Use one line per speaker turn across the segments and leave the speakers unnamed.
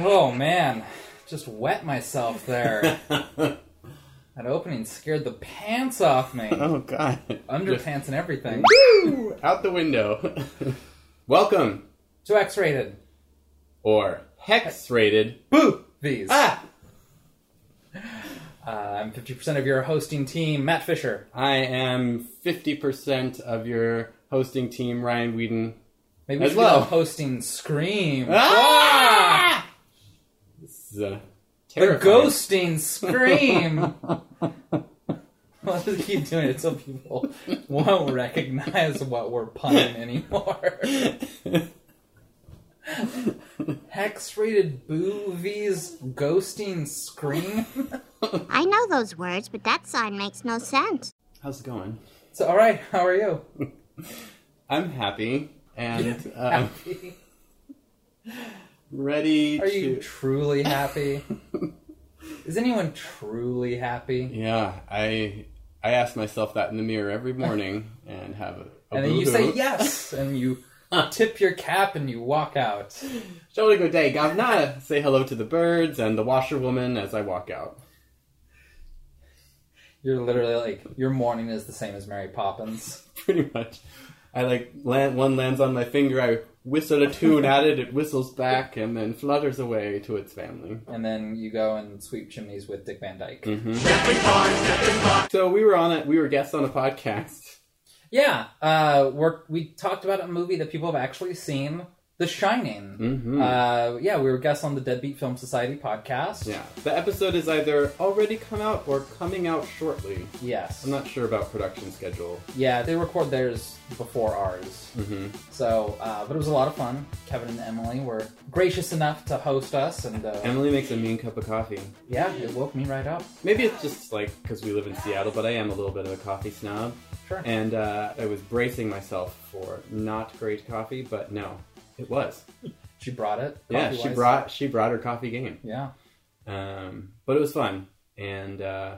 Oh man, just wet myself there. that opening scared the pants off me.
Oh god.
Underpants and everything.
Woo! Out the window. Welcome
To X rated.
or hex rated.
Boo! These.
Ah,
Uh, I'm 50% of your hosting team, Matt Fisher.
I am 50% of your hosting team Ryan Whedon.
Maybe we
As
should
well.
do a hosting scream.
Ah! This is a
The
terrifying.
ghosting scream! Let's keep doing it so people won't recognize what we're punning anymore. Hex rated boovies ghosting scream.
I know those words, but that sign makes no sense.
How's it going?
So, all right, how are you?
I'm happy and um, ready
Are
to
you truly happy? Is anyone truly happy?
Yeah, I I ask myself that in the mirror every morning and have a, a
And then you say
boo-hoo.
yes, and you tip your cap and you walk out.
Jolly good day, Gavna. Say hello to the birds and the washerwoman as I walk out.
You're literally like your morning is the same as Mary Poppins.
Pretty much. I like land, one lands on my finger. I whistle a tune at it. It whistles back and then flutters away to its family.
And then you go and sweep chimneys with Dick Van Dyke.
Hmm. So we were on it. We were guests on a podcast.
Yeah, uh, we're, we talked about a movie that people have actually seen, The Shining.
Mhm.
Uh, yeah, we were guests on the Deadbeat Film Society podcast.
Yeah, the episode is either already come out or coming out shortly.
Yes.
I'm not sure about production schedule.
Yeah, they record theirs before ours.
Mhm.
So, uh, but it was a lot of fun. Kevin and Emily were gracious enough to host us, and uh,
Emily makes a mean cup of coffee.
yeah, it woke me right up.
Maybe it's just like because we live in Seattle, but I am a little bit of a coffee snob,
Sure.
and uh, I was bracing myself for not great coffee, but no, it was.
she brought it.
yeah, she
coffee-wise.
brought she brought her coffee game,
Yeah,
um, but it was fun, and uh,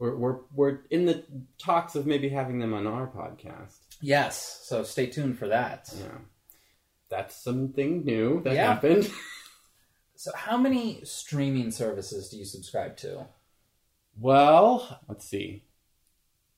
we're, we're we're in the talks of maybe having them on our podcast.
yes. So stay tuned for that.
Yeah, that's something new that
Yeah.
happened.
So, how many streaming services do you subscribe to?
Well, let's see.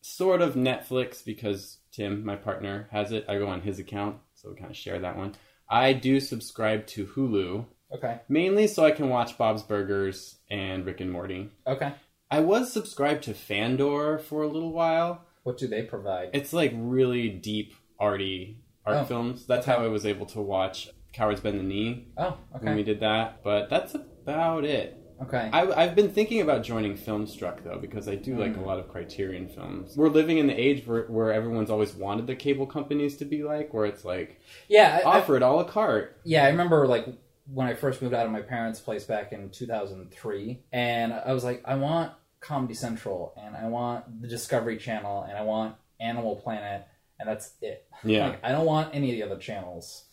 Sort of Netflix because Tim, my partner, has it. I go on his account, so we kind of share that one. I do subscribe to Hulu
Okay,
mainly so I can watch Bob's Burgers and Rick and Morty.
okay.
I was subscribed to Fandor for a little while.
What do they provide?
It's like really deep, arty art
Oh,
films. That's how I was able to watch Cowards Bend the Knee
Oh,
when we
okay,
did that. But that's about it.
okay.
I, I've been thinking about joining Filmstruck though because I do
Hmm.
like a lot of Criterion films. We're living in the age where, where everyone's always wanted the cable companies to be like, where it's like
Yeah, I, I,
offer it a la carte.
yeah. I remember like when I first moved out of my parents' place back in 2003, and I was like, I want Comedy Central, and I want the Discovery Channel, and I want Animal Planet, and that's it.
Yeah.
Like, I don't want any of the other channels.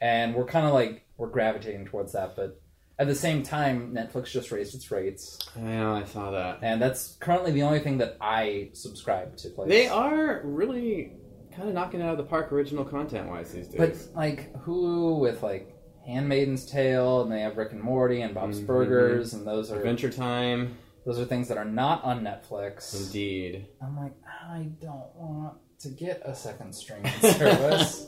And we're kind of like we're gravitating towards that, but at the same time, Netflix just raised its rates,
Yeah, I saw that.
and that's currently the only thing that I subscribe to. Place.
They are really kind of knocking it out of the park original content wise these days.
But like Hulu with like Handmaiden's Tale, and they have Rick and Morty and Bob's
Mm-hmm.
Burgers, and those are
Adventure Time,
those are things that are not on Netflix.
indeed.
I'm like, I don't want to get a second streaming service.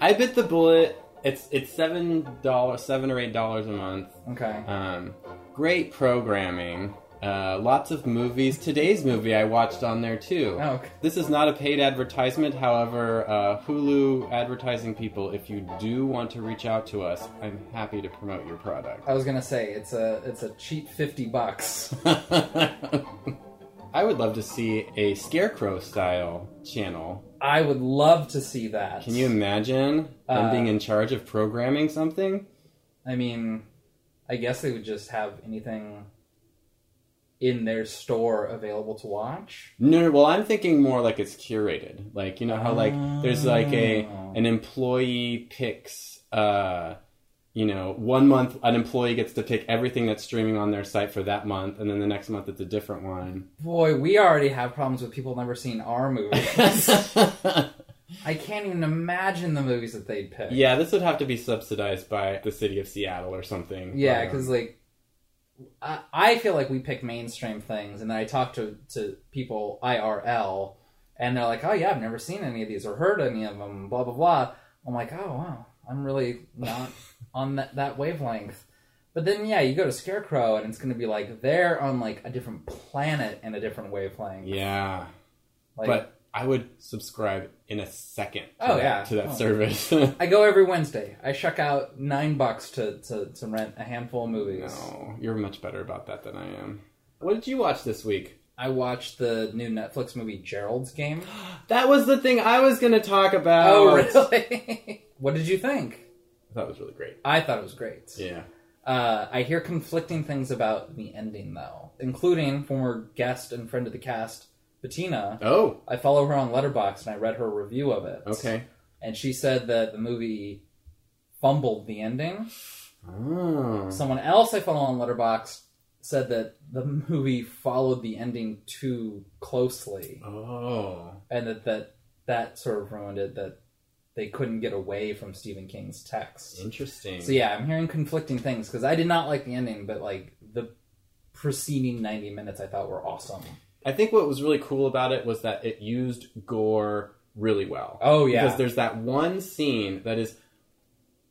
I bit the bullet. It's it's seven dollars, seven or eight dollars a month.
okay,
Um, great programming. Uh, lots of movies. Today's movie I watched on there too.
Oh, okay.
This is not a paid advertisement, however, uh, Hulu advertising people, if you do want to reach out to us, I'm happy to promote your product.
I was gonna say it's a it's a cheap fifty bucks.
I would love to see a scarecrow style channel.
I would love to see that.
Can you imagine them
Uh,
being in charge of programming something?
I mean, I guess they would just have anything in their store available to watch.
No, well, I'm thinking more like it's curated. Like you know how like there's like a
Oh.
an employee picks. Uh, you know, one month an employee gets to pick everything that's streaming on their site for that month, and then the next month it's a different one.
Boy, we already have problems with people never seeing our movies. I can't even imagine the movies that they'd pick.
yeah, this would have to be subsidized by the city of Seattle or something.
Yeah,
But, um,
because like I, I feel like we pick mainstream things, and then I talk to to people IRL, and they're like, "Oh yeah, I've never seen any of these or heard any of them." Blah blah blah. I'm like, "Oh wow, I'm really not on that that wavelength." But then yeah, you go to Scarecrow, and it's going to be like they're on like a different planet and a different wavelength.
yeah,
Like,
but I would subscribe in a second. To
Oh,
that,
yeah.
to that
Oh.
service.
I go every Wednesday. I shuck out nine bucks to, to, to rent a handful of movies.
no, you're much better about that than I am. What did you watch this week?
I watched the new Netflix movie Gerald's Game.
That was the thing I was going to talk about.
Oh, really? what did you think?
That was really great.
I thought it was great.
Yeah.
Uh, I hear conflicting things about the ending, though, including former guest and friend of the cast, Bettina.
Oh,
I follow her on Letterboxd and I read her review of it.
okay.
And she said that the movie fumbled the ending.
Oh.
Someone else I follow on Letterboxd said that the movie followed the ending too closely.
Oh.
and that that that sort of ruined it that they couldn't get away from Stephen King's text.
Interesting.
So yeah, I'm hearing conflicting things because I did not like the ending, but like the preceding 90 minutes I thought were awesome.
I think what was really cool about it was that it used gore really well.
Oh, yeah.
Because there's that one scene that is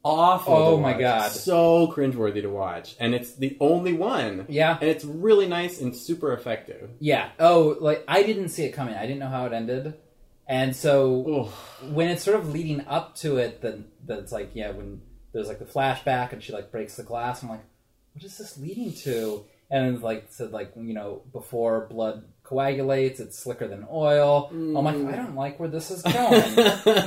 awful.
Oh,
to
my
watch,
God.
So cringeworthy to watch. And it's the only one.
Yeah.
And it's really nice and super effective.
Yeah. Oh, like I didn't see it coming. I didn't know how it ended. And so
Oh.
when it's sort of leading up to it, then that's like yeah, when there's like the flashback and she like breaks the glass, I'm like, what is this leading to? And it's like said like you know before blood coagulates, it's slicker than oil. I'm like, I don't like where this is going. uh,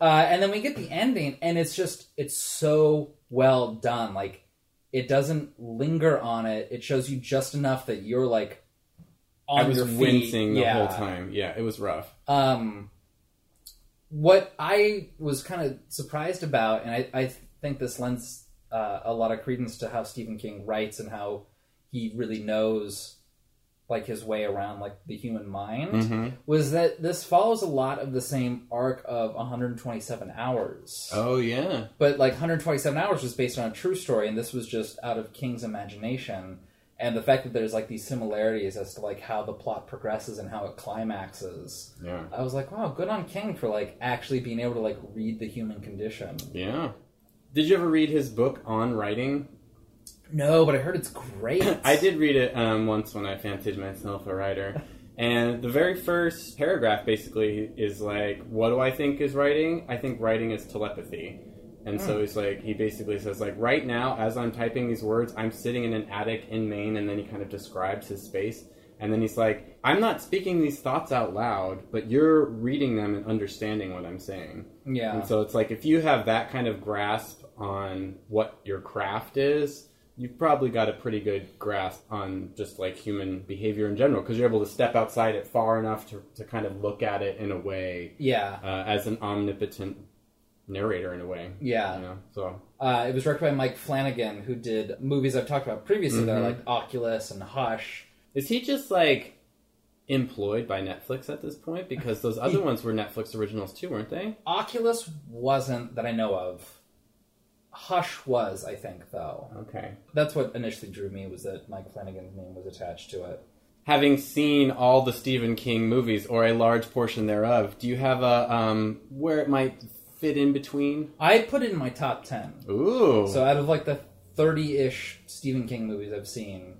and then we get the ending, and it's just it's so well done. Like it doesn't linger on it. It shows you just enough that you're like. On
I was
your feet.
wincing the
Yeah.
whole time. Yeah, it was rough.
Um, what I was kind of surprised about, and I, I think this lends uh, a lot of credence to how Stephen King writes and how he really knows like his way around like the human mind
Mhm.
was that this follows a lot of the same arc of 127 hours
Oh yeah.
but like 127 hours was based on a true story and this was just out of king's imagination and the fact that there's like these similarities as to like how the plot progresses and how it climaxes
Yeah.
I was like, wow, good on King for like actually being able to like read the human condition.
Yeah. Did you ever read his book on writing?
No, but I heard it's great.
I did read it um, once when I fancied myself a writer. And the very first paragraph basically is like, What do I think is writing? I think writing is telepathy. And so he's like, he basically says, like, right now, as I'm typing these words, I'm sitting in an attic in Maine, and then he kind of describes his space. And then he's like, I'm not speaking these thoughts out loud, but you're reading them and understanding what I'm saying.
Yeah.
And so it's like if you have that kind of grasp on what your craft is, you've probably got a pretty good grasp on just like human behavior in general because you're able to step outside it far enough to, to kind of look at it in a way
yeah.
uh, as an omnipotent narrator in a way.
Yeah.
You know? So
Uh, it was directed by Mike Flanagan, who did movies I've talked about previously that are
Mhm.
like Oculus and Hush.
is he just like employed by Netflix at this point? Because those other ones were Netflix originals too, weren't they?
Oculus wasn't that I know of. Hush was, I think, though.
Okay.
That's what initially drew me was that Mike Flanagan's name was attached to it.
having seen all the Stephen King movies or a large portion thereof, do you have a um, where it might fit in between?
I put it in my top ten.
Ooh.
So out of like the thirty-ish Stephen King movies I've seen,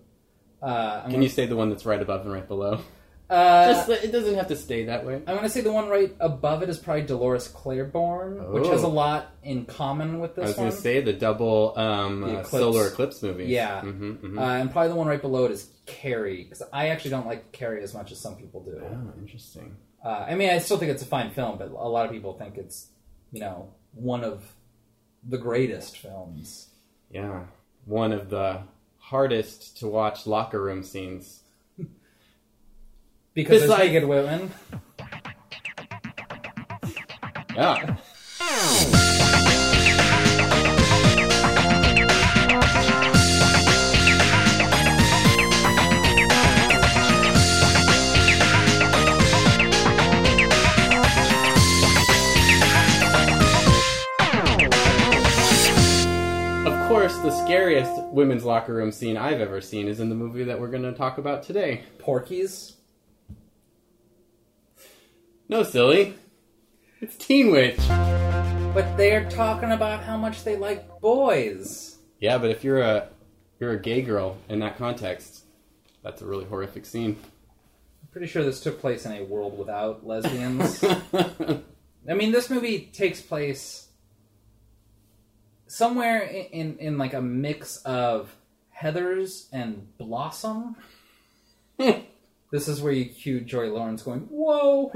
uh, I'm
can you say the one that's right above and right below?
gonna- uh,
Just, it doesn't have to stay that way.
I'm gonna say the one right above it is probably Dolores Claiborne, which
Oh.
has a lot in common with this
I was
one.
going to say the double um,
The
uh,
Eclipse.
solar eclipse movies.
Yeah.
hmm hmm
uh, and probably the one right below it is Carrie, because I actually don't like Carrie as much as some people do.
Oh, interesting.
Uh, I mean, I still think it's a fine film, but a lot of people think it's, you know, one of the greatest films.
Yeah. One of the hardest to watch locker room scenes.
because
It's
there's
like-
naked women.
Yeah. Of course, the scariest women's locker room scene I've ever seen is in the movie that we're going to talk about today.
Porkies.
No, silly. It's Teen Witch.
But they're talking about how much they like boys.
Yeah, but if you're a you're a gay girl in that context, that's a really horrific scene.
I'm pretty sure this took place in a world without lesbians. I mean, this movie takes place somewhere in, in, in like a mix of Heather's and Blossom. this is where you cue Joy Lawrence going, "Whoa!"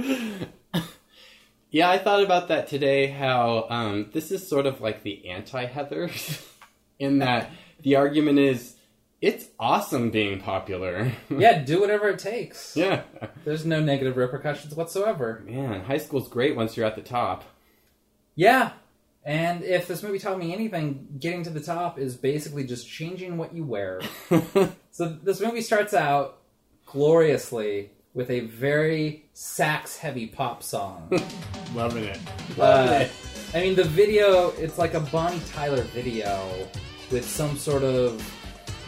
yeah, I thought about that today. How um, this is sort of like the anti-Heather, in that the argument is it's awesome being popular.
Yeah, do whatever it takes.
yeah,
There's no negative repercussions whatsoever.
man, high school's great once you're at the top.
Yeah. And if this movie taught me anything, getting to the top is basically just changing what you wear. So this movie starts out gloriously with a very sax heavy pop song.
Loving it.
Uh, I mean, the video, it's like a Bonnie Tyler video with some sort of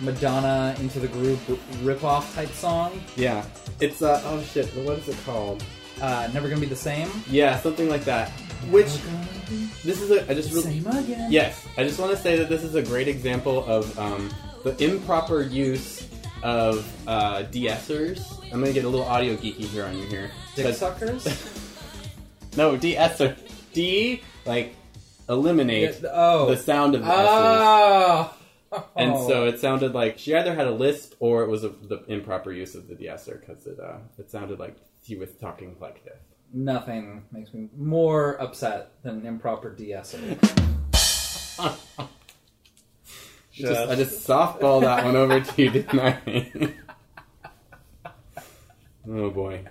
Madonna Into the Groove r- ripoff type song.
Yeah, it's uh oh shit, what is it called?
Uh, Never Gonna Be the Same.
Yeah, something like that. Which this is a I just really
Same again.
Yes, I just want to say that this is a great example of um, the improper use of uh, de-essers. I'm gonna get a little audio geeky here on you here.
Dick
But-
suckers?
No, de-esser. D like eliminate
Yeah, oh.
the sound of the essers.
Oh.
And so it sounded like she either had a lisp or it was a, the improper use of the de-esser because it uh, it sounded like she was talking like this.
Nothing makes me more upset than improper DS.
Just- I just softball that one over to you, didn't I? oh boy.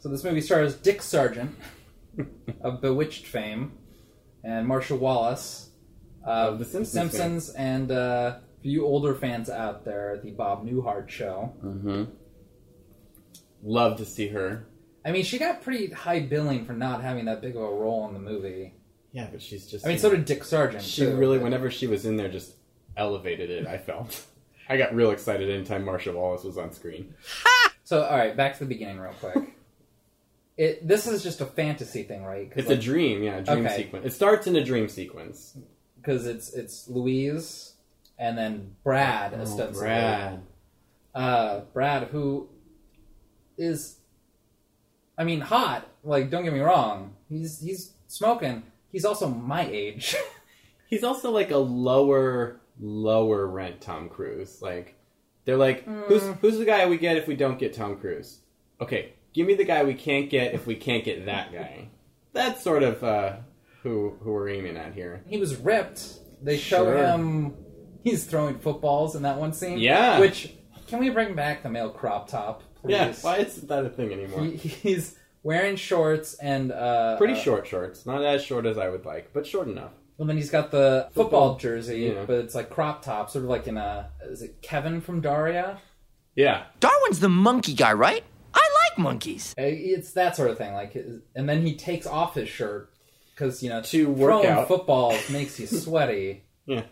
So this movie stars Dick Sargent of Bewitched fame and Marsha Wallace of
Of The Simpsons
Simpsons and uh, for you older fans out there, the Bob Newhart show.
hmm Love to see her.
I mean, she got pretty high billing for not having that big of a role in the movie.
Yeah, but she's just.
I mean, so did Dick Sargent.
she
too.
really. Whenever she was in there, just elevated it. I felt. I got real excited anytime Marsha Wallace was on screen.
So all right, back to the beginning real quick. it this is just a fantasy thing, right?
It's a dream, yeah, a dream
Okay.
sequence. It starts in a dream sequence.
because it's it's Louise and then Brad ostensibly.
Oh, Brad.
Uh, Brad, who is, I mean, hot. Like, don't get me wrong. He's he's smoking. He's also my age.
He's also like a lower, lower rent Tom Cruise. Like, they're like, who's who's the guy we get if we don't get Tom Cruise? Okay, give me the guy we can't get if we can't get that guy. That's sort of uh, who who we're aiming at here.
he was ripped. They show
Sure.
him. He's throwing footballs in that one scene.
Yeah.
Which can we bring back the male crop top, please?
Yeah, why isn't that a thing anymore?
He, he's wearing shorts and uh,
Pretty
uh,
short shorts, not as short as I would like, but short enough.
And then he's got the football,
Football.
jersey,
Yeah.
but it's like crop top, sort of like in a. Is it Kevin from Daria?
Yeah,
Darwin's the monkey guy, right? I like monkeys.
Uh, It's that sort of thing. Like, uh, and then he takes off his shirt because you know
To work
throwing
out.
footballs makes you sweaty.
yeah,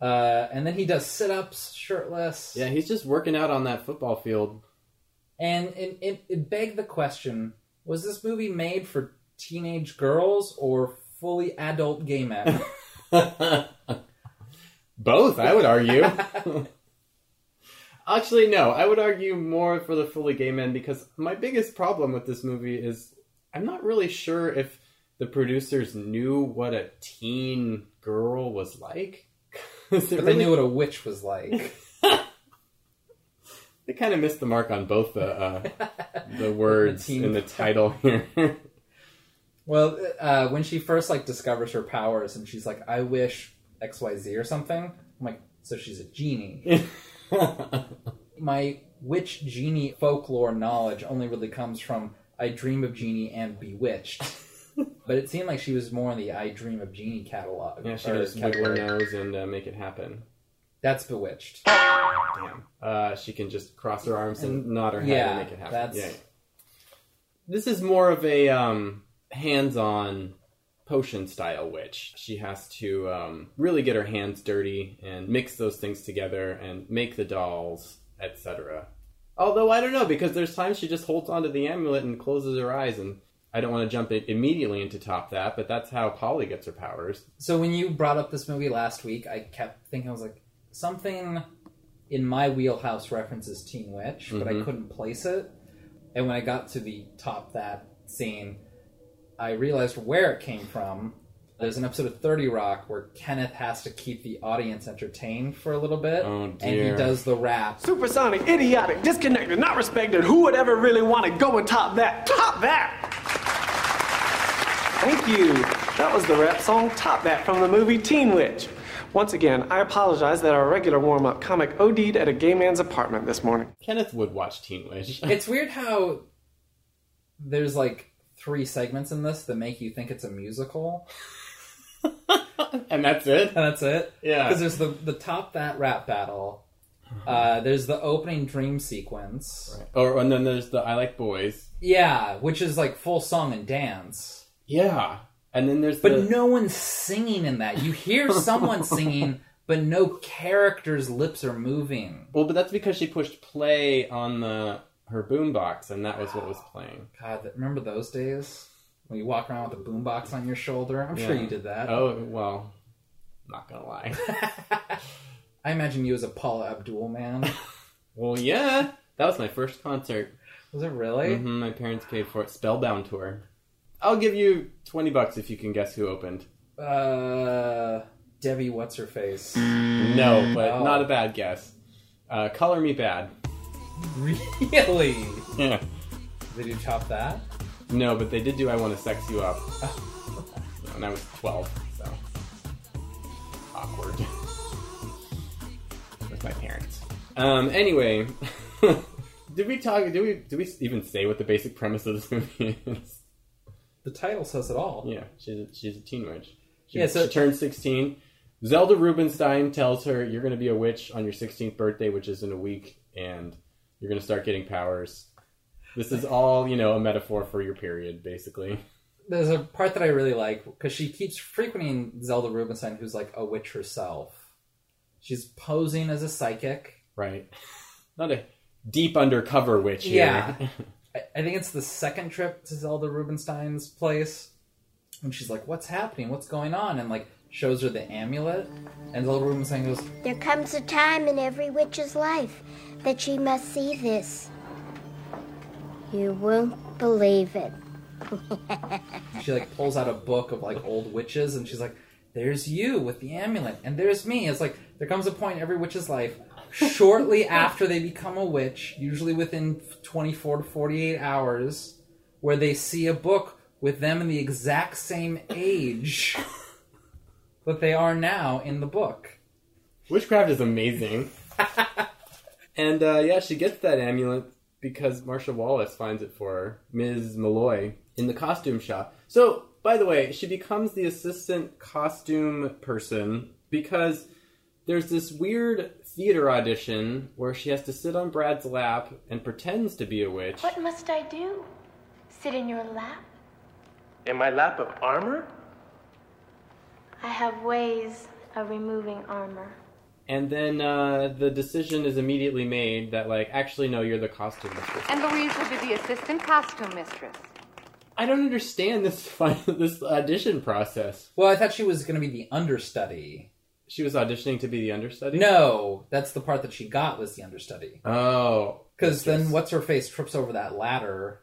Uh, and then he does sit ups shirtless.
yeah. He's just working out on that football field.
And it, it, it begged the question: Was this movie made for teenage girls or fully adult gay men?
Both, I would argue. Actually, no, I would argue more for the fully gay men because my biggest problem with this movie is I'm not really sure if the producers knew what a teen girl was like. 'Cause it
but they
really-
knew what a witch was like.
They kind of missed the mark on both the uh, the words
teen-
in the title here.
Well, uh, when she first like discovers her powers and she's like, "I wish X, Y, Z or something," I'm like, "So she's a genie." My which genie folklore knowledge only really comes from I Dream of Genie and Bewitched. but it seemed like she was more in the I Dream of Genie catalog.
Yeah, she
or
just wiggle her
category.
nose and uh, make it happen.
That's Bewitched.
Damn. Uh, she can just cross her arms and, nod her head
yeah,
and make it happen.
that's-
Yeah. This is more of a um, hands-on potion style witch. She has to um, really get her hands dirty and mix those things together and make the dolls, etc. Although I don't know because there's times she just holds onto the amulet and closes her eyes and I don't want to jump i- immediately into top that, but that's how Polly gets her powers.
So when you brought up this movie last week, I kept thinking I was like something in my wheelhouse references Teen Witch, but
Mm-hmm.
I couldn't place it. And when I got to the top that scene, I realized where it came from. There's an episode of 30 Rock where Kenneth has to keep the audience entertained for a little bit,
Oh,
and he
dear.
does the rap.
Supersonic, idiotic, disconnected, not respected. Who would ever really want to go and top that? Top that! Thank you. That was the rap song Top That from the movie Teen Witch. Once again, I apologize that our regular warm up comic OD'd at a gay man's apartment this morning.
Kenneth would watch Teen Witch.
It's weird how there's like three segments in this that make you think it's a musical.
and that's it.
And that's it.
Yeah.
Because there's the the top that rap battle. Uh, there's the opening dream sequence.
Or and then there's the I like boys.
Yeah, which is like full song and dance.
Yeah, and then there's
But
the,
no one's singing in that. You hear someone singing, but no character's lips are moving.
well, but that's because she pushed play on the her boombox, and that was what was playing.
God, that, remember those days when you walk around with a boombox on your shoulder? I'm sure
Yeah.
you did that.
Oh well, not gonna lie.
I imagine you as a Paula Abdul man.
well, yeah, that was my first concert.
Was it really?
hmm my parents paid for it. Spellbound tour. I'll give you twenty bucks if you can guess who opened.
Uh, Debbie, what's her face?
Mm. No, but
Oh.
not a bad guess. Uh, Color me bad.
really?
Yeah.
Did you chop that?
No, but they did do I Want to Sex You Up. and I was 12, so. Awkward. With my parents. Um, anyway. did we talk, did we, did we even say what the basic premise of this movie is?
The title says it all.
Yeah, she's a, she's a teen witch. She,
Yeah, so-
she turned 16. Zelda Rubinstein tells her, You're going to be a witch on your 16th birthday, which is in a week, and you're going to start getting powers. This is all, you know, a metaphor for your period, basically.
There's a part that I really like because she keeps frequenting Zelda Rubinstein, who's like a witch herself. She's posing as a psychic.
Right. Not a deep undercover witch here.
Yeah. I, I think it's the second trip to Zelda Rubinstein's place. And she's like, What's happening? What's going on? And like shows her the amulet. And Zelda Rubinstein goes,
There comes a time in every witch's life that she must see this. You won't believe it.
She like pulls out a book of like old witches, and she's like, "There's you with the amulet, and there's me." It's like there comes a point in every witch's life, shortly after they become a witch, usually within 24 to 48 hours, where they see a book with them in the exact same age that they are now in the book.
Witchcraft is amazing. and uh, yeah, she gets that amulet because Marsha Wallace finds it for her, Ms. Malloy, in the costume shop. So, by the way, she becomes the assistant costume person because there's this weird theater audition where she has to sit on Brad's lap and pretends to be a witch.
What must I do? Sit in your lap?
In my lap of armor?
I have ways of removing armor.
And then uh, the decision is immediately made that, like, actually, no, you're the costume mistress.
And Louise will be the assistant costume mistress.
I don't understand this fin- this audition process.
Well, I thought she was going to be the understudy.
She was auditioning to be the understudy.
No, that's the part that she got was the understudy.
Oh,
Because then, what's her face trips over that ladder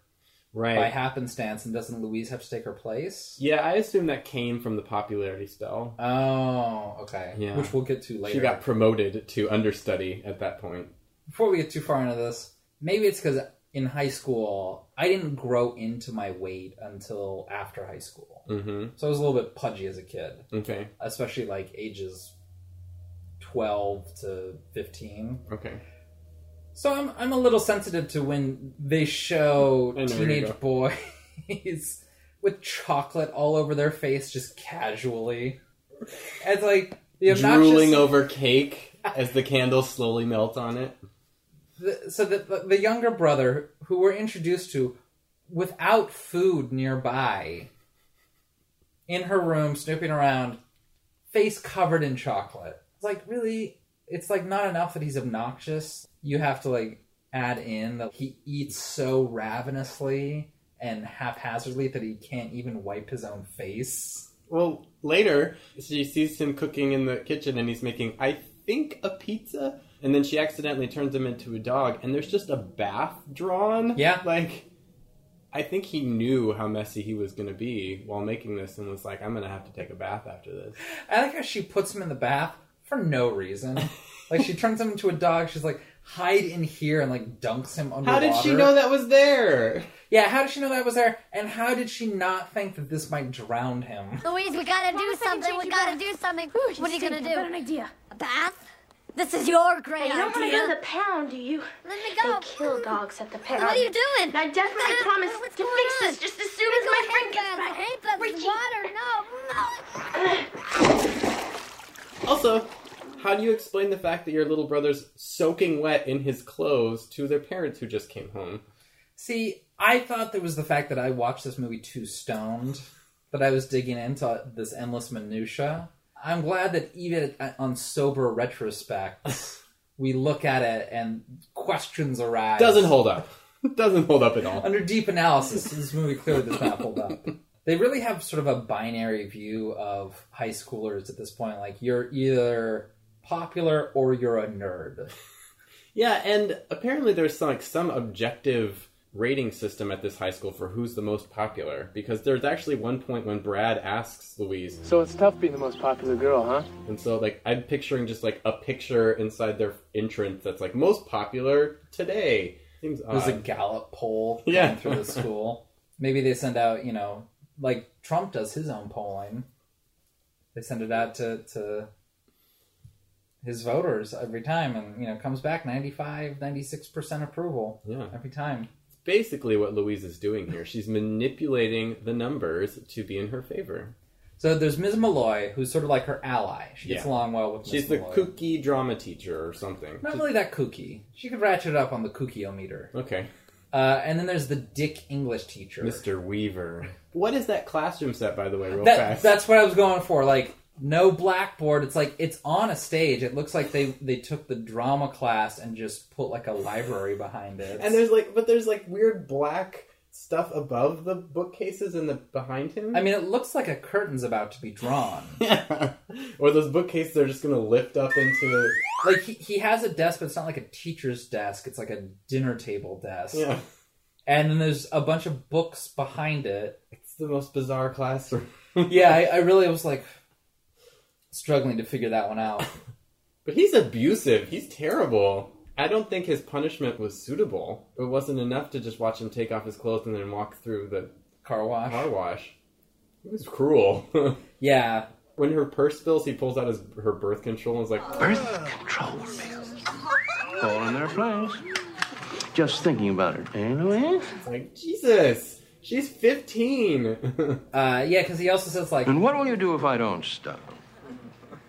by
right.
happenstance, and doesn't Louise have to take her place?
yeah, I assume that came from the popularity spell.
Oh, okay.
Yeah.
Which we'll get to later.
She got promoted to understudy at that point.
Before we get too far into this, maybe it's because in high school I didn't grow into my weight until after high school,
Mm-hmm.
so I was a little bit pudgy as a kid,
Okay.
especially like ages twelve to fifteen.
Okay.
So I'm I'm a little sensitive to when they show
I know where you're
teenage boys with chocolate all over their face just casually. It's like the obnoxious
drooling over cake as the candles slowly melt on it.
the, so the, the the younger brother who we're introduced to without food nearby in her room snooping around face covered in chocolate it's like really it's like not enough that he's obnoxious you have to like add in that he eats so ravenously and haphazardly that he can't even wipe his own face
Well, later she sees him cooking in the kitchen and he's making, I think, a pizza. And then she accidentally turns him into a dog, and there's just a bath drawn.
Yeah.
like I think he knew how messy he was going to be while making this, and was like, "I'm going to have to take a bath after this."
I like how she puts him in the bath for no reason. like she turns him into a dog. She's like, hide in here and like dunks him under.
How did she know that was there?
Yeah, how did she know that was there? And how did she not think that this might drown him?
Louise, we gotta do
Promise I can
something.
change
We
your
gotta
bath.
do something.
Ooh,
what are you gonna
stink. I've got an
do?
idea.
A bath? This is your great
You don't want to
idea.
go to the pound, do you?
Let me
They
go.
kill dogs at the pound.
What are you doing?
And I definitely
Ah,
promise
what's
to
going
fix
on?
this just as soon as
Go
my
ahead,
friend gets
guys.
back.
Hey, but
Richie.
water, no, no.
Also, how do you explain the fact that your little brother's soaking wet in his clothes to their parents who just came home?
See, I thought there was the fact that I watched this movie too stoned, that I was digging into this endless minutia. I'm glad that even on sober retrospect, we look at it and questions arise.
Doesn't hold up. Doesn't hold up at all.
under deep analysis, this movie clearly does not hold up. They really have sort of a binary view of high schoolers at this point. Like you're either popular or you're a nerd.
Yeah, and apparently there's like some objective rating system at this high school for who's the most popular because there's actually one point when Brad asks Louise
So it's tough being the most popular girl, huh?
and so like I'm picturing just like a picture inside their entrance that's like most popular today. Seems odd.
There's a Gallup poll going
Yeah.
through the school. Maybe they send out, you know, like Trump does his own polling. They send it out to, to his voters every time and, you know, comes back 95, 96% approval
Yeah.
every time.
Basically what Louise is doing here. She's manipulating the numbers to be in her favor.
So there's Ms. Malloy, who's sort of like her ally. She gets
Yeah.
along well with Ms.
She's the
Malloy.
kooky drama teacher or something.
Not really that kooky. She could ratchet up on the kookiometer.
Okay.
Uh, and then there's the Dick English teacher.
Mr. Weaver. What is that classroom set, by the way, real
That,
fast?
that's what I was going for. Like no blackboard. It's like it's on a stage. It looks like they they took the drama class and just put like a library behind it.
And there's like, but there's like weird black stuff above the bookcases and the behind him.
I mean, it looks like a curtain's about to be drawn.
or those bookcases are just gonna lift up into.
like he, he has a desk, but it's not like a teacher's desk. It's like a dinner table desk.
Yeah,
And then there's a bunch of books behind it.
it's the most bizarre classroom.
yeah, I, I really was like struggling to figure that one out.
but he's abusive. He's terrible. I don't think his punishment was suitable. It wasn't enough to just watch him take off his clothes and then walk through the
Car wash.
car wash. It was cruel.
Yeah.
When her purse spills, he pulls out his her birth control and is like,
Birth control pills.
All in their place. Just thinking about it, eh, Louise?
it's like Jesus, she's 15.
Uh, yeah, because he also says, like,
And what will you do if I don't stop?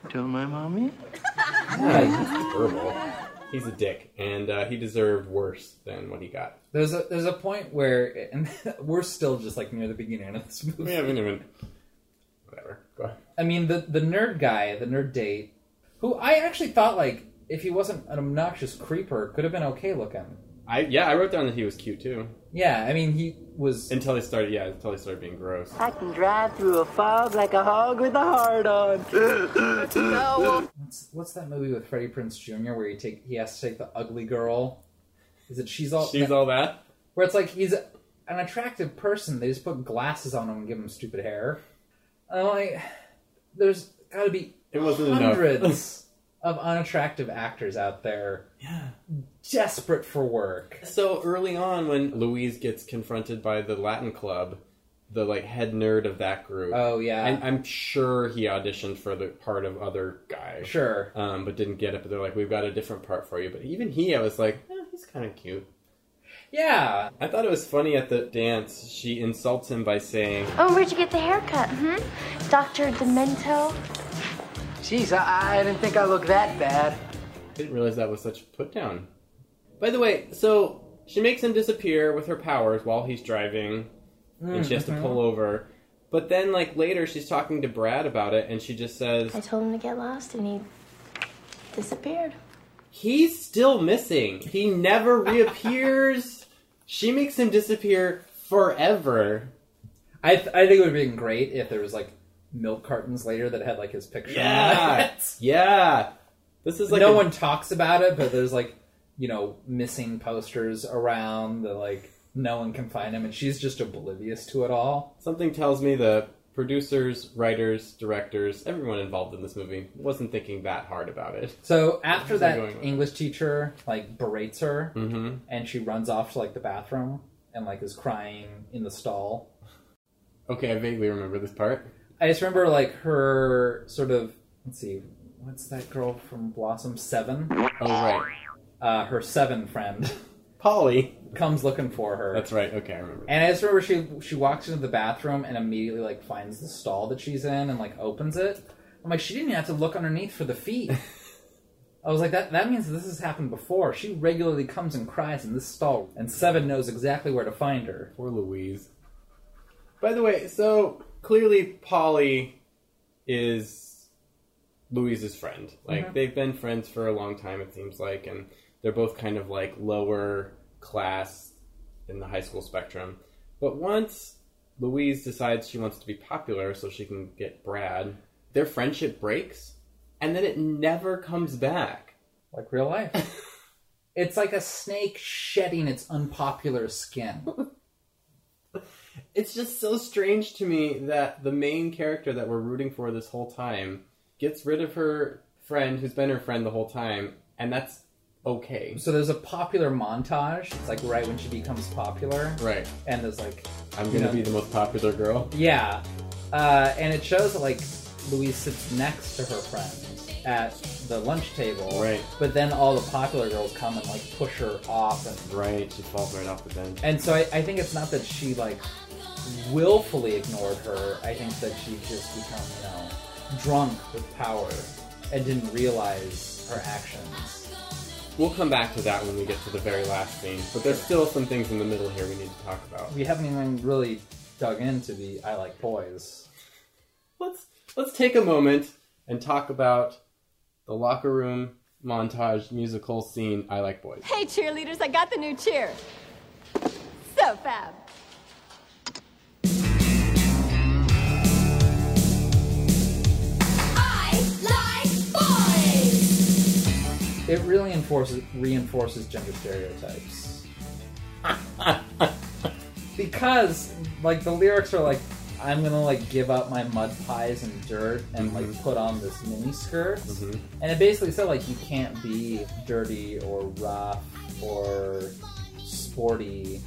Tell my mommy?
Herbal. He's a dick, and uh, he deserved worse than what he got.
there's a, there's a point where, and we're still just like near the beginning of this movie.
We haven't even. Whatever. Go ahead.
I mean, the, the nerd guy, the nerd date, who I actually thought, like, if he wasn't an obnoxious creeper, could have been okay looking.
I yeah, I wrote down that he was cute too.
Yeah, I mean, he was.
Until he started, yeah, until he started being gross.
I can drive through a fog like a hog with a heart on. Go.
What's, what's that movie with Freddie Prince Jr. where he take he has to take the ugly girl? Is it she's all
She's all that.
where it's like he's an attractive person. They just put glasses on him and give him stupid hair. And I'm like, there's got to be
It wasn't enough.
hundreds of unattractive actors out there, desperate for work.
so early on, when Louise gets confronted by the Latin club, the like head nerd of that group.
Oh yeah,
And I'm sure he auditioned for the part of other guy.
sure.
Um, but didn't get it. But they're like, we've got a different part for you. But even he, I was like, eh, he's It's kind of cute.
Yeah.
I thought it was funny at the dance. She insults him by saying,
Oh, where'd you get the haircut, hmm?
Mm-hmm.
Dr. Demento?
Jeez, I, I didn't think I looked that bad.
I didn't realize that was such a put down. By the way, so she makes him disappear with her powers while he's driving, and she has to
Mm-hmm.
pull over. But then, like later, she's talking to Brad about it, and she just
I
says
told him to get lost and he disappeared.
he's still missing. He never reappears. she makes him disappear forever.
I th- I think it would have been great if there was like milk cartons later that had like his picture. on
Yeah,
it.
yeah. This is like
no
a-
one talks about it, but there's like you know missing posters around that like no one can find him, and she's just oblivious to it all.
Something tells me the producers, writers, directors, everyone involved in this movie wasn't thinking that hard about it.
So after
Where's
that,
that going with
English teacher like berates her,
Mm-hmm.
and she runs off to like the bathroom and like is crying in the stall.
Okay, I vaguely remember this part.
I just remember like her sort of let's see, what's that girl from Blossom Seven?
Oh right,
Uh, her Seven friend
Polly.
comes looking for her.
That's right. Okay, I remember.
And I just remember she she walks into the bathroom and immediately like finds the stall that she's in and like opens it. I'm like, she didn't even have to look underneath for the feet. I was like, that that means this has happened before. She regularly comes and cries in this stall, and Seven knows exactly where to find her.
Poor Louise. By the way, so clearly Polly is Louise's friend. Like they've been friends for a long time, it seems like, and they're both kind of like lower class in the high school spectrum. But once Louise decides she wants to be popular so she can get Brad, their friendship breaks, and then it never comes back.
Like real life. it's like a snake shedding its unpopular skin.
it's just so strange to me that the main character that we're rooting for this whole time gets rid of her friend who's been her friend the whole time and that's okay
So there's a popular montage. It's like right when she becomes popular.
right
And there's like
i'm gonna
Yeah.
be the most popular girl
Yeah, uh, and it shows that like Louise sits next to her friend at the lunch table.
Right.
But then all the popular girls come and like push her off, and
right she falls right off the bench
and so I, I think it's not that she like willfully ignored her. I think that she just become you know drunk with power and didn't realize her actions.
we'll come back to that when we get to the very last scene but there's still some things in the middle here we need to talk about
We haven't even really dug into the I like boys.
let's let's take a moment and talk about the locker room montage musical scene i like boys
Hey, cheerleaders, I got the new cheer. So fab. I like boys.
It really enforces reinforces gender stereotypes. because like the lyrics are like I'm gonna like give up my mud pies and dirt and like put on this mini skirt. And it basically said like you can't be dirty or rough or sporty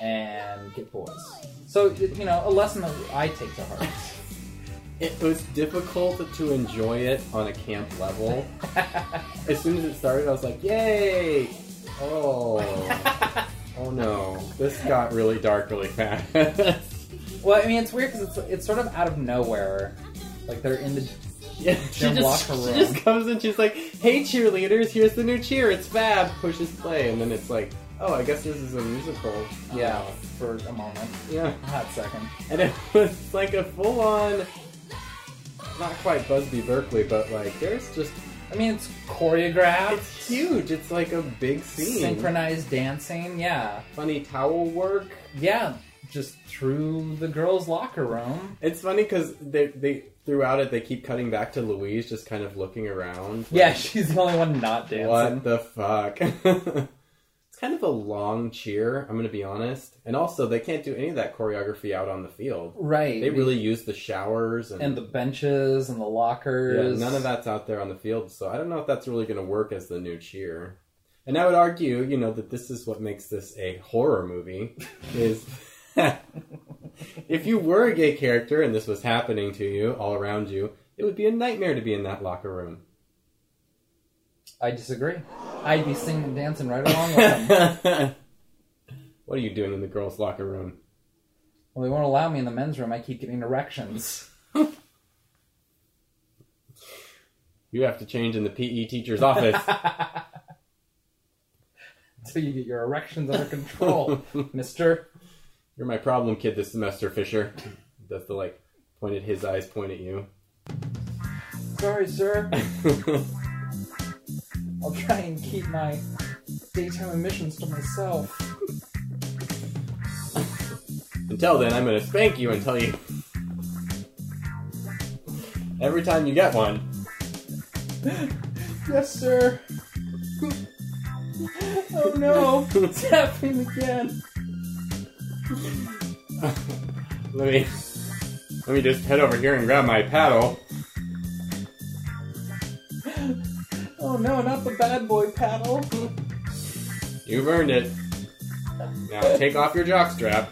and get boys. So y- you know, a lesson that I take to heart.
It was difficult to enjoy it on a camp level. as soon as it started, I was like, "Yay!" Oh, oh no, this got really dark really fast.
Well, I mean, it's weird because it's it's sort of out of nowhere. Like they're in the
yeah, she
Jim
just,
locker
she
room.
just comes and she's like, "Hey, cheerleaders! Here's the new cheer. It's fab." Pushes play, and then it's like, "Oh, I guess this is a musical."
yeah
Oh,
for a moment.
yeah.
A hot second.
And it was like a full-on, not quite Busby Berkeley, but like there's just
I mean, it's choreographed,
It's huge. It's like a big scene.
synchronized dancing. Yeah,
Funny towel work.
yeah, just through the girls' locker room.
It's funny because they they throughout it they keep cutting back to Louise just kind of looking around. like,
Yeah, she's the only one not dancing.
What the fuck? it's kind of a long cheer. I'm gonna be honest. And also they can't do any of that choreography out on the field.
Right.
They really use the showers and.
and the benches and the
yeah,
lockers.
none of that's out there on the field, so I don't know if that's really going to work as the new cheer. And I would argue, you know, that this is what makes this a horror movie. Is if you were a gay character and this was happening to you all around you, it would be a nightmare to be in that locker room.
I disagree. I'd be singing and dancing right along with them.
what are you doing in the girls' locker room?
Well, they won't allow me in the men's room. I keep getting erections.
You have to change in the PE teacher's office.
Until you get your erections under control, mister.
You're my problem kid this semester, Fisher. Does the, like, pointed his eyes point at you.
Sorry, sir. I'll try and keep my daytime emissions to myself.
Until then, I'm gonna spank you until you. Every time you get one.
yes, sir. oh no, it's happening again.
let me let me just head over here and grab my paddle.
Oh no, not the bad boy paddle.
You've earned it. Now take off your jockstrap.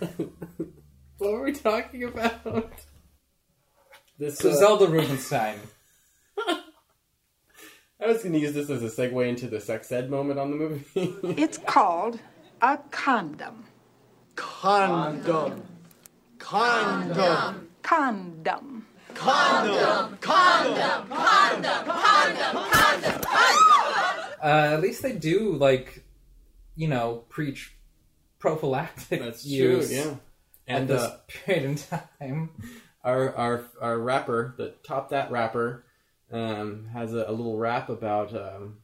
what were we talking about? This so uh, Zelda Rubinstein.
I was going to use this as a segue into the sex ed moment on the movie.
it's called a condom.
Condom. Condom.
Condom.
Condom. Condom. Condom. Condom. Condom.
Condom. uh, at least they do like, you know, preach prophylactic
That's
use.
True, yeah.
And at uh, this period in time,
our our our rapper, the top that rapper, um, has a, a, little rap about because um,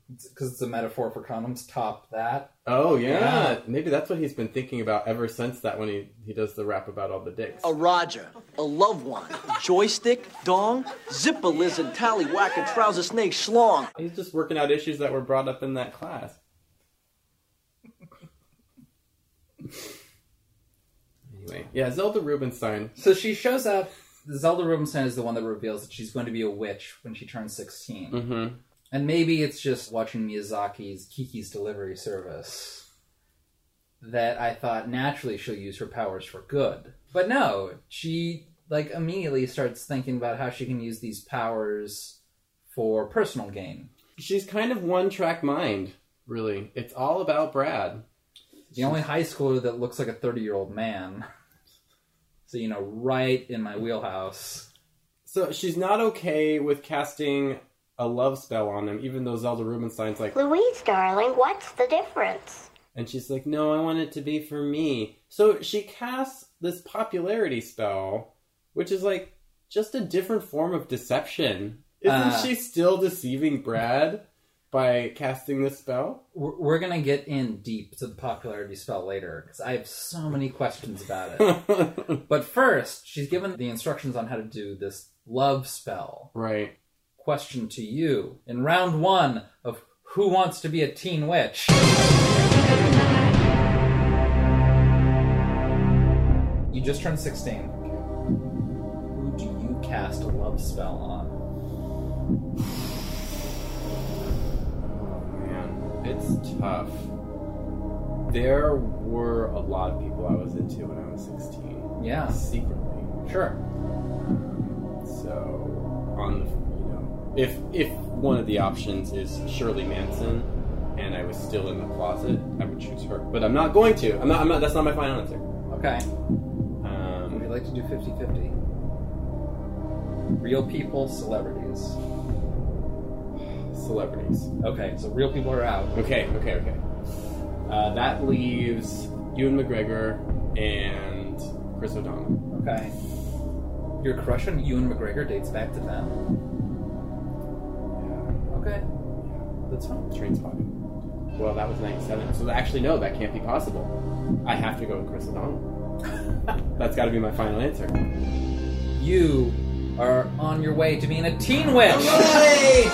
it's a metaphor for condoms. Top that.
Oh yeah. yeah. maybe that's what he's been thinking about ever since that when he he does the rap about all the dicks.
A Roger, a loved one, joystick, dong, zipper lizard, tallywhacker, trouser snake, schlong.
He's just working out issues that were brought up in that class. anyway, yeah, Zelda Rubinstein.
So she shows up. Zelda Rubinstein is the one that reveals that she's going to be a witch when she turns 16.
Mm-hmm.
And maybe it's just watching Miyazaki's Kiki's Delivery Service that I thought naturally she'll use her powers for good. But no, she like immediately starts thinking about how she can use these powers for personal gain.
She's kind of one track mind, really. It's all about Brad.
The only high schooler that looks like a 30 year old man. So, you know, right in my wheelhouse.
So she's not okay with casting a love spell on him, even though Zelda Rubinstein's like,
Louise, darling, what's the difference?
And she's like, no, I want it to be for me. So she casts this popularity spell, which is like just a different form of deception. Isn't uh, she still deceiving Brad by casting this spell?
We're going to get in deep to the popularity spell later because I have so many questions about it. but first, she's given the instructions on how to do this love spell.
Right
question to you in round one of Who Wants to Be a Teen Witch? You just turned 16. Who do you cast a love spell on?
Oh man, it's tough. There were a lot of people I was into when I was 16.
Yeah.
Secretly.
Sure.
So, on the if if one of the options is Shirley Manson and I was still in the closet, I would choose her. But I'm not going to. I'm not, I'm not that's not my final answer.
Okay.
Um,
would you like to do 50-50? Real people, celebrities.
Celebrities. Oh,
Okay, so real people are out.
Okay, okay, okay. Uh, that leaves Ewan McGregor and Chris O'Donnell.
Okay. Your crush on Ewan McGregor dates back to them. Okay. That's fine.
Train spotting. Well, that was 97. So actually, no, that can't be possible. I have to go with Chris O'Donnell. That's got to be my final answer.
You are on your way to being a teen witch.
Right!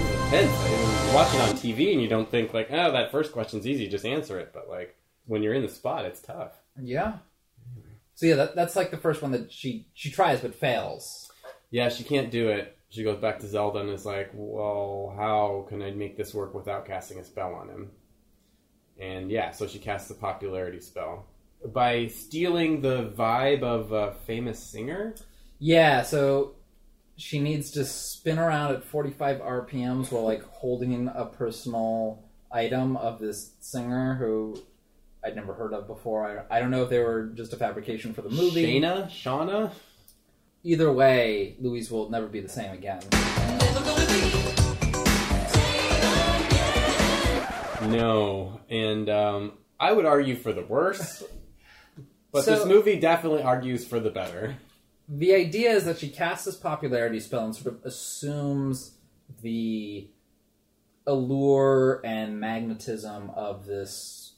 intense. I mean, watching on TV and you don't think like, oh, that first question's easy, just answer it. But like when you're in the spot, it's tough.
Yeah. So yeah, that, that's like the first one that she she tries but fails.
Yeah, she can't do it. She goes back to Zelda and is like, "Well, how can I make this work without casting a spell on him?" And yeah, so she casts the popularity spell by stealing the vibe of a famous singer.
Yeah, so she needs to spin around at 45 RPMs while like holding a personal item of this singer who I'd never heard of before. I, I don't know if they were just a fabrication for the movie.
Shayna? Shauna?
Either way, Louise will never be the same again.
No, and um, I would argue for the worse, but so, this movie definitely argues for the better.
The idea is that she casts this popularity spell and sort of assumes the allure and magnetism of this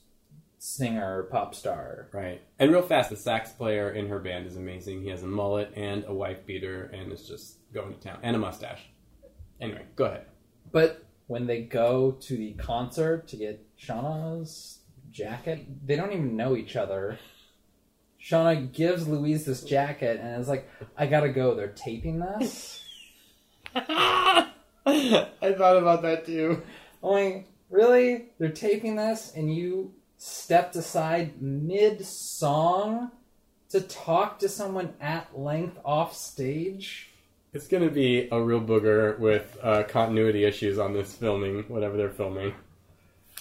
singer pop star.
Right. And real fast, the sax player in her band is amazing. He has a mullet and a wife beater and is just going to town and a mustache. Anyway, go ahead.
But when they go to the concert to get Shauna's jacket, they don't even know each other. Shauna gives Louise this jacket and is like, I gotta go, they're taping this.
I thought about that too.
I'm like, really? They're taping this and you stepped aside mid song to talk to someone at length off stage?
It's going to be a real booger with uh, continuity issues on this filming, whatever they're filming.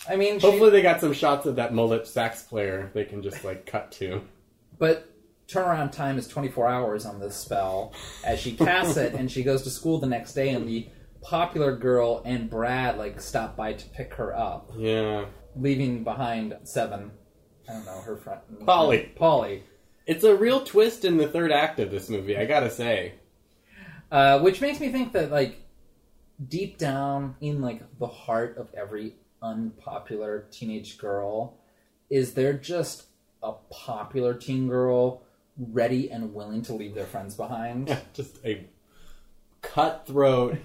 I mean,
hopefully she... they got some shots of that mullet sax player they can just like cut to.
But turnaround time is 24 hours on this spell as she casts it and she goes to school the next day and the popular girl and Brad like stop by to pick her up.
Yeah.
Leaving behind Seven. I don't know her friend
Polly.
Polly.
It's a real twist in the third act of this movie, I gotta say.
Uh, which makes me think that like deep down in like the heart of every unpopular teenage girl is there just a popular teen girl ready and willing to leave their friends behind
yeah, just a cutthroat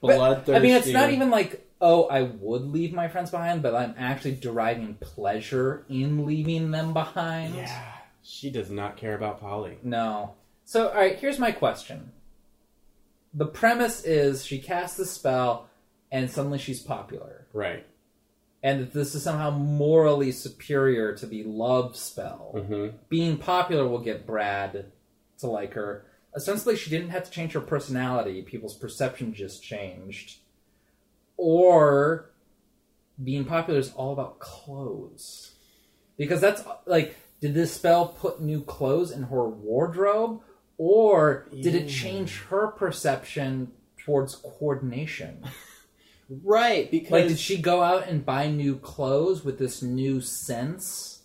bloodthirsty
i mean it's not even like oh i would leave my friends behind but i'm actually deriving pleasure in leaving them behind
yeah she does not care about polly
no so, all right, here's my question. The premise is she casts the spell and suddenly she's popular.
Right.
And that this is somehow morally superior to the love spell.
Mm-hmm.
Being popular will get Brad to like her. Essentially, she didn't have to change her personality, people's perception just changed. Or being popular is all about clothes. Because that's like, did this spell put new clothes in her wardrobe? or did it change her perception towards coordination?
right, because
like did she go out and buy new clothes with this new sense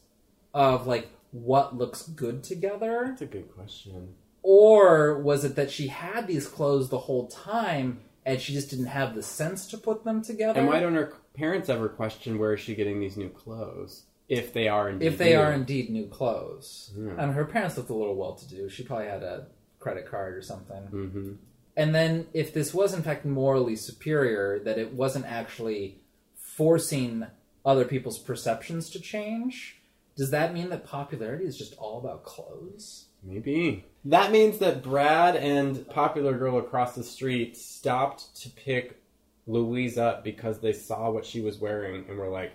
of like what looks good together?
That's a good question.
Or was it that she had these clothes the whole time and she just didn't have the sense to put them together?
And why don't her parents ever question where is she getting these new clothes? if they are indeed
if they new. are indeed new clothes. Mm. And her parents looked a little well to do. She probably had a credit card or something.
Mm-hmm.
And then if this was in fact morally superior, that it wasn't actually forcing other people's perceptions to change. Does that mean that popularity is just all about clothes?
Maybe. That means that Brad and popular girl across the street stopped to pick Louise up because they saw what she was wearing and were like,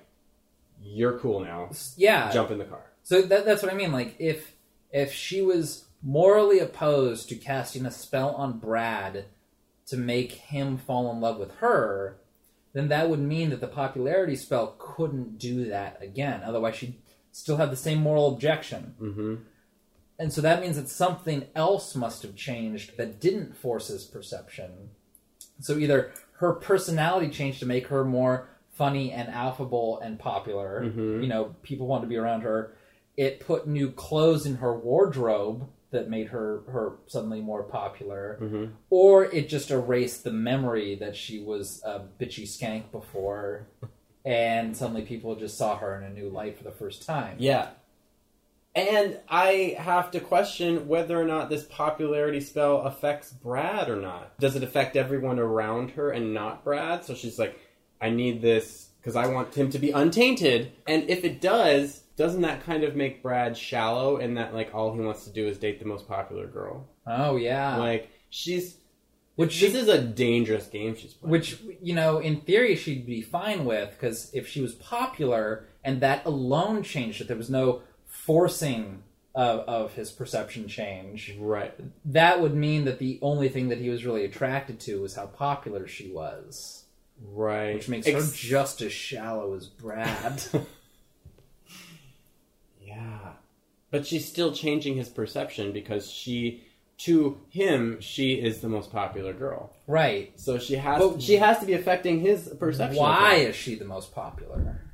you're cool now.
Yeah.
Jump in the car.
So that, that's what I mean. Like if if she was morally opposed to casting a spell on Brad to make him fall in love with her, then that would mean that the popularity spell couldn't do that again. Otherwise, she'd still have the same moral objection.
Mm-hmm.
And so that means that something else must have changed that didn't force his perception. So either her personality changed to make her more funny and affable and popular.
Mm-hmm.
You know, people wanted to be around her. It put new clothes in her wardrobe that made her her suddenly more popular,
mm-hmm.
or it just erased the memory that she was a bitchy skank before, and suddenly people just saw her in a new light for the first time.
Yeah. And I have to question whether or not this popularity spell affects Brad or not. Does it affect everyone around her and not Brad? So she's like, I need this because I want him to be untainted. And if it does, doesn't that kind of make Brad shallow in that like all he wants to do is date the most popular girl?
Oh yeah.
Like she's
Which
this is a dangerous game she's playing.
Which you know, in theory, she'd be fine with because if she was popular and that alone changed it, there was no forcing of, of his perception change.
Right.
That would mean that the only thing that he was really attracted to was how popular she was.
Right.
Which makes her just as shallow as Brad.
yeah. But she's still changing his perception because she to him she is the most popular girl.
Right.
So she has but she has to be affecting his perception.
Why is she the most popular?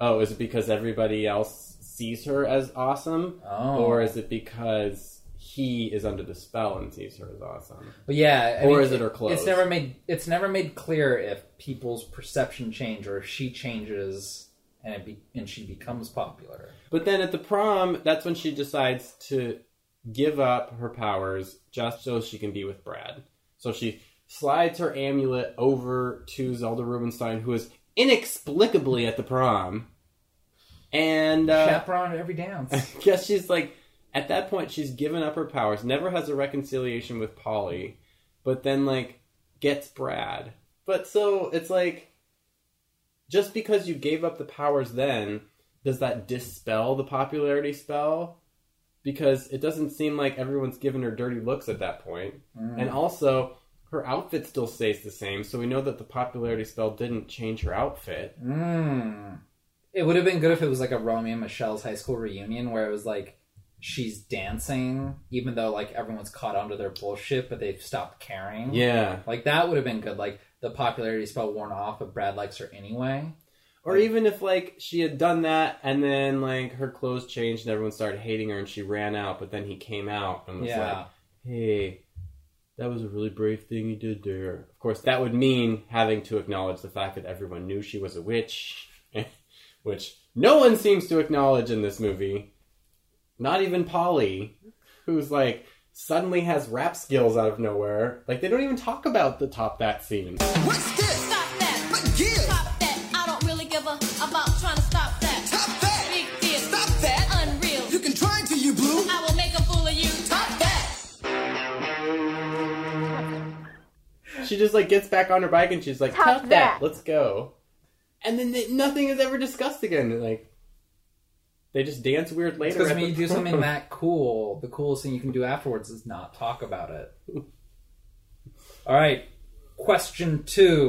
Oh, is it because everybody else sees her as awesome?
Oh.
Or is it because he is under the spell and sees her as awesome?
But yeah,
I or mean, is it her clothes?
It's never made it's never made clear if people's perception change or if she changes and it be, and she becomes popular.
But then at the prom, that's when she decides to give up her powers just so she can be with Brad. So she slides her amulet over to Zelda Rubinstein, who is inexplicably at the prom. And uh,
chaperone at every dance.
I guess she's like, at that point, she's given up her powers, never has a reconciliation with Polly, but then like gets Brad. But so it's like, just because you gave up the powers then, does that dispel the popularity spell? because it doesn't seem like everyone's giving her dirty looks at that point. Mm. And also, her outfit still stays the same, so we know that the popularity spell didn't change her outfit.
Mm. It would have been good if it was like a Romeo and Michelle's high school reunion where it was like she's dancing, even though like everyone's caught onto their bullshit, but they've stopped caring.
Yeah.
Like that would have been good. Like the popularity spell worn off, but Brad likes her anyway
or even if like she had done that and then like her clothes changed and everyone started hating her and she ran out but then he came out and was yeah. like hey that was a really brave thing you did there of course that would mean having to acknowledge the fact that everyone knew she was a witch which no one seems to acknowledge in this movie not even polly who's like suddenly has rap skills out of nowhere like they don't even talk about the top that scene
what's this stop that but yeah
about trying to stop that.
Top that!
Big deal.
Stop that!
Unreal.
You can try to, you blue.
I will make a fool of you.
Top that!
She just like gets back on her bike and she's like, "Top, that. that. let's go." And then they, nothing is ever discussed again. Like they just dance weird later.
Because when you do something that cool, the coolest thing you can do afterwards is not talk about it. All right, question two.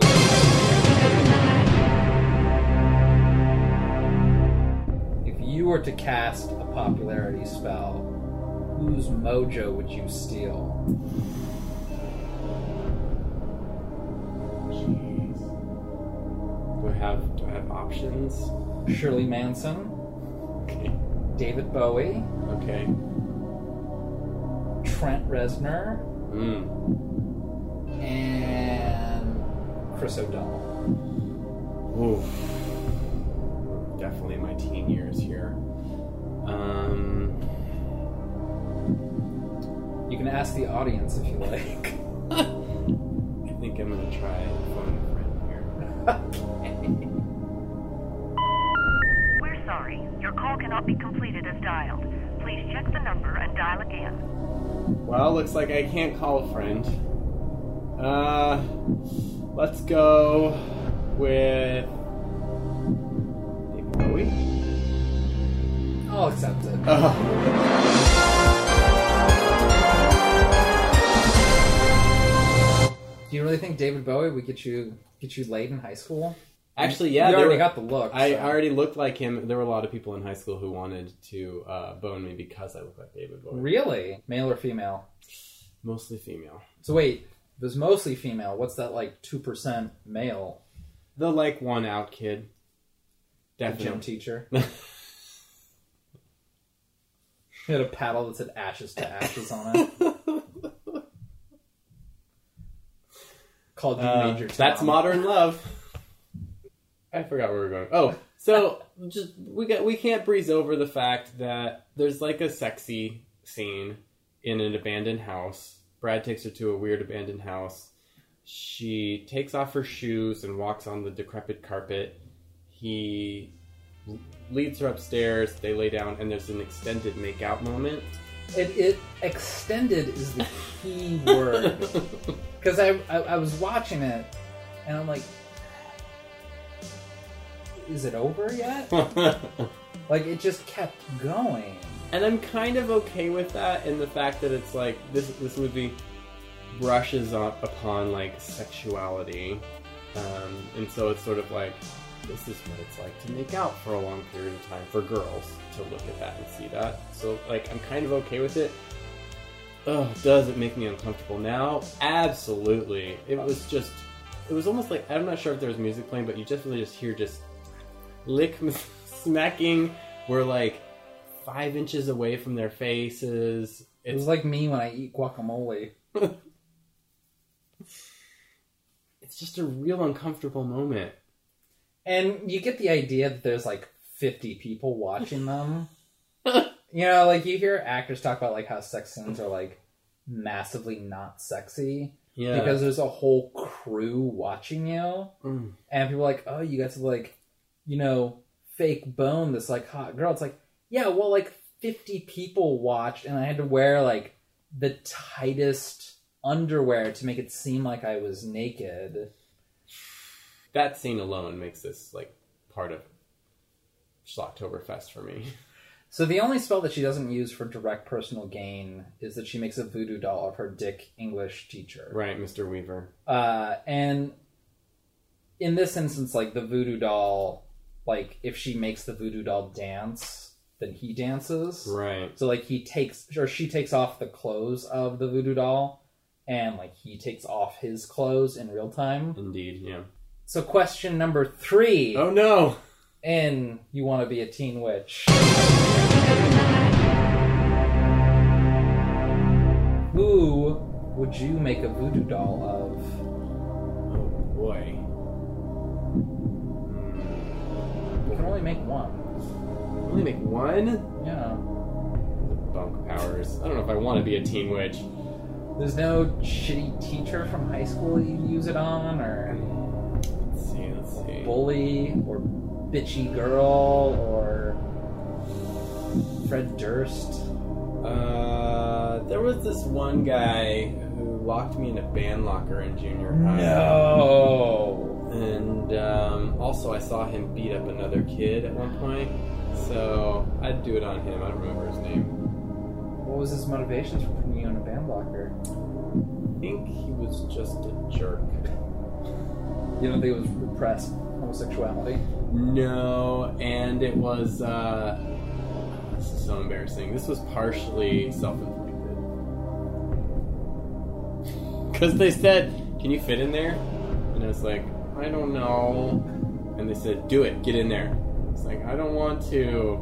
were to cast a popularity spell, whose mojo would you steal?
Jeez. Do I have do I have options?
Shirley Manson.
Okay.
David Bowie.
Okay.
Trent Reznor.
Hmm. Mm.
And Chris O'Donnell.
Oof definitely my teen years here. Um,
you can ask the audience if you like.
I think I'm gonna try phone a friend
here.
We're sorry, your call cannot be completed as dialed. Please check the number and dial again.
Well, looks like I can't call a friend. Uh, let's go with Bowie? Uh,
I'll accept it.
Oh.
Do you really think David Bowie would get you get you laid in high school?
Actually, yeah,
you already
were,
got the look.
I so. already looked like him. There were a lot of people in high school who wanted to uh, bone me because I looked like David Bowie.
Really, male or female?
Mostly female.
So wait, it was mostly female. What's that like? Two percent male.
The like one out kid.
Definitely. The gym teacher. he had a paddle that said ashes to ashes on it. Called you uh, Major Tom.
That's modern love. I forgot where we were going. Oh, so just we got we can't breeze over the fact that there's like a sexy scene in an abandoned house. Brad takes her to a weird abandoned house. She takes off her shoes and walks on the decrepit carpet he leads her upstairs they lay down and there's an extended makeout moment
It, it extended is the key word because I, I I was watching it and I'm like, is it over yet? like it just kept going.
And I'm kind of okay with that in the fact that it's like this this movie brushes up upon like sexuality, um, and so it's sort of like this is what it's like to make out for a long period of time for girls to look at that and see that. So like I'm kind of okay with it. Oh, does it make me uncomfortable now? Absolutely. It was just it was almost like I'm not sure if there was music playing, but you just really just hear just lick smacking. We're like five inches away from their faces.
It was like me when I eat guacamole.
it's just a real uncomfortable moment.
And you get the idea that there's like 50 people watching them. you know, like you hear actors talk about like how sex scenes are like massively not sexy.
Yeah.
Because there's a whole crew watching you.
Mm.
And people are like, oh, you got to like, you know, fake bone this like hot girl. It's like, yeah, well, like 50 people watched and I had to wear like the tightest underwear to make it seem like I was naked.
That scene alone makes this like part of Schlocktoberfest for me.
So the only spell that she doesn't use for direct personal gain is that she makes a voodoo doll of her dick English teacher.
Right, Mr. Weaver.
Uh, and in this instance, like the voodoo doll, like if she makes the voodoo doll dance, then he dances.
Right.
So like he takes or she takes off the clothes of the voodoo doll and like he takes off his clothes in real time.
Indeed, yeah.
So question number 3.
Mm. Oh no.
And you want to be a teen witch. Who would you make a voodoo doll of?
Oh boy. Hmm.
You can only make one.
Only make one?
Yeah.
The bunk powers. I don't know if I want to be a teen witch.
There's no shitty teacher from high school you use it on, or
Let's see, let's see.
bully, or bitchy girl, or Fred Durst.
Uh, there was this one guy who locked me in a band locker in junior high.
No.
And um, also, I saw him beat up another kid at one point. So I'd do it on him. I don't remember his name.
What was his motivations for putting you in a band locker?
I think he was just a jerk.
You don't think it was repressed homosexuality?
No, and it was. Uh, this is so embarrassing. This was partially self-inflicted because they said, "Can you fit in there?" And I was like, "I don't know." And they said, "Do it. Get in there." It's like I don't want to.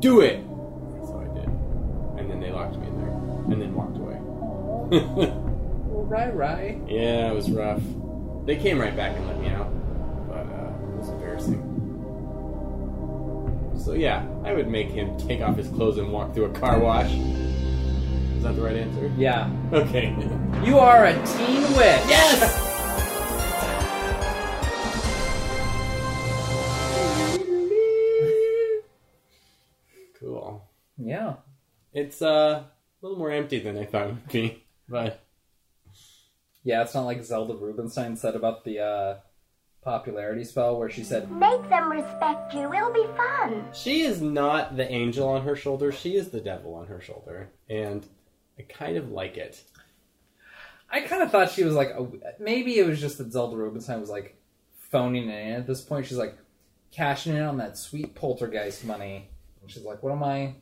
Do it. So I did, and then they locked me in there, and then walked away.
Right, right.
Yeah, it was rough. They came right back and let me out, but uh, it was embarrassing. So yeah, I would make him take off his clothes and walk through a car wash. Is that the right answer?
Yeah.
Okay.
You are a teen witch.
Yes. cool.
Yeah.
It's uh, a little more empty than I thought it would be, but
Yeah, it's not like Zelda Rubinstein said about the uh, popularity spell where she said,
Make them respect you. It'll be fun.
she is not the angel on her shoulder. She is the devil on her shoulder, and I kind of like it.
I kind of thought she was like, a, maybe it was just that Zelda Rubinstein was like phoning it in at this point. She's like cashing in on that sweet poltergeist money. And she's like, what am I?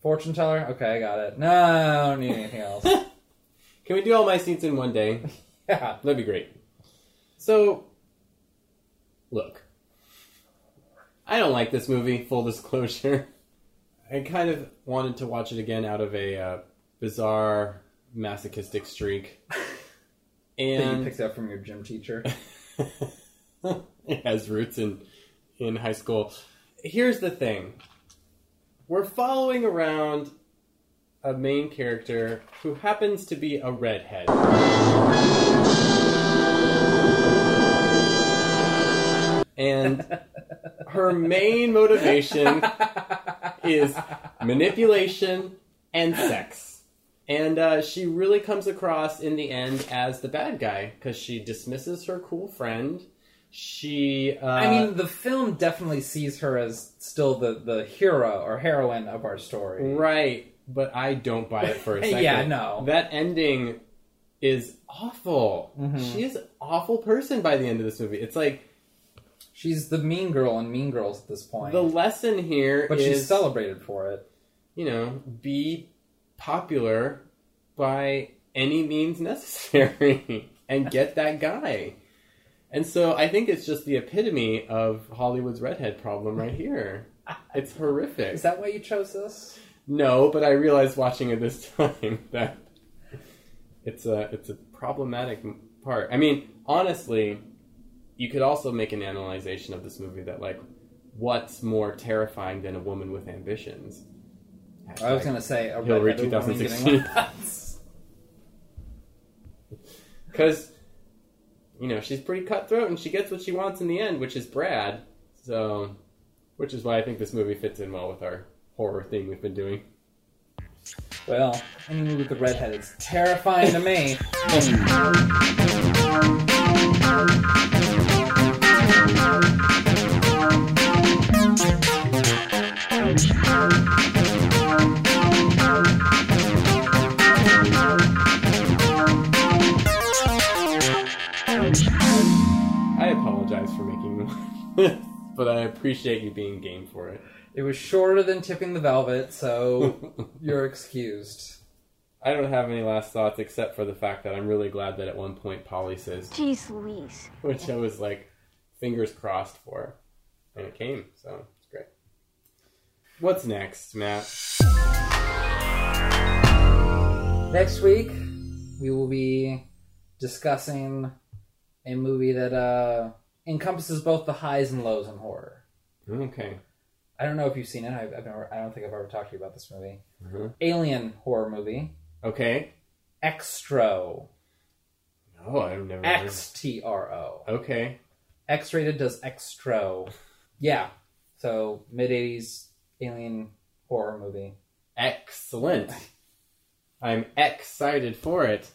Fortune teller? Okay, I got it. No, I don't need anything else.
Can we do all my scenes in one day?
yeah.
That'd be great. So, look, I don't like this movie. Full disclosure, I kind of wanted to watch it again out of a uh, bizarre masochistic streak,
That you
and
picked up from your gym teacher.
it has roots in in high school. Here's the thing: we're following around a main character who happens to be a redhead. And her main motivation is manipulation and sex. And uh, she really comes across in the end as the bad guy because she dismisses her cool friend. She, uh,
I mean, the film definitely sees her as still the, the hero or heroine of our story.
Right, but I don't buy it for a second.
Yeah, no.
That ending is awful.
Mhm.
She is an awful person by the end of this movie. It's like
she's the mean girl in Mean Girls at this point.
The lesson here
But she's
is-
celebrated for it.
you know, be popular by any means necessary and get that guy. And so I think it's just the epitome of Hollywood's redhead problem right here. It's horrific.
Is that why you chose this?
No, but I realized watching it this time that it's a it's a problematic m- part. I mean, honestly, you could also make an analyzation of this movie that like, what's more terrifying than a woman with ambitions?
I was gonna say a
Hillary
redheaded woman getting
2016.
lots.
Because you know she's pretty cutthroat and she gets what she wants in the end, which is Brad. So, which is why I think this movie fits in well with our horror thing we've been doing.
Well, any movie with the redhead is terrifying to me.
I apologize for making one, but I appreciate you being game for it.
It was shorter than tipping the velvet, so you're excused.
I don't have any last thoughts except for the fact that I'm really glad that at one point Polly says,
Jeez Louise.
which I was like, fingers crossed for, and it came. So it's great. What's next, Matt?
Next week, we will be discussing a movie that uh, encompasses both the highs and lows in horror.
Okay.
I don't know if you've seen it. I've, I've never. I don't think I've ever talked to you about this movie.
Mhm.
Alien horror movie.
Okay.
Extro.
No, I've never. heard-
X T R O.
Okay.
X rated does extro. Yeah. So mid eighties alien horror movie.
Excellent. I'm excited for it.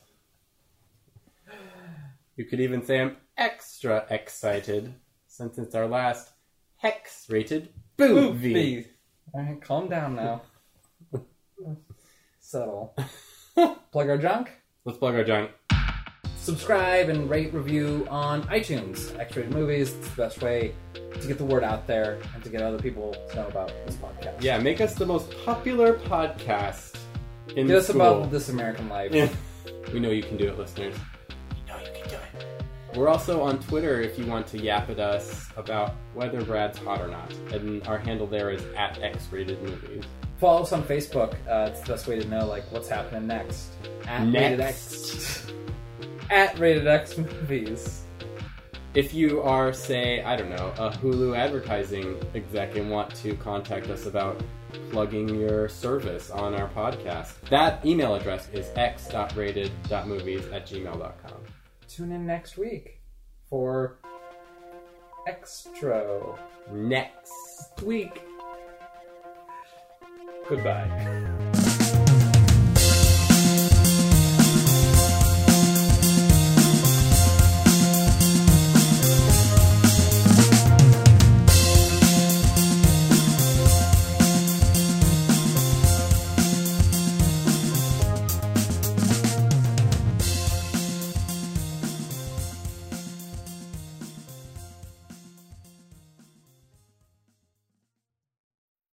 You could even say I'm extra excited since it's our last hex rated movie.
Alright, calm down now. Settle. Plug our junk.
Let's plug our junk.
Subscribe and rate review on iTunes. X rated movies. It's the best way to get the word out there and to get other people to know about this podcast.
Yeah, make us the most popular podcast in
Get us
school.
about this American life.
Yeah. We know you can do it, listeners. We're also on Twitter if you want to yap at us about whether Brad's hot or not. And our handle there is at X rated movies.
Follow us on Facebook. Uh, it's the best way to know like what's happening next. At Rated X. At Rated X movies.
If you are, say, I don't know, a Hulu advertising exec and want to contact us about plugging your service on our podcast, that email address is x.rated.movies at gmail.com.
Tune in next week for Extro.
Next week.
Goodbye.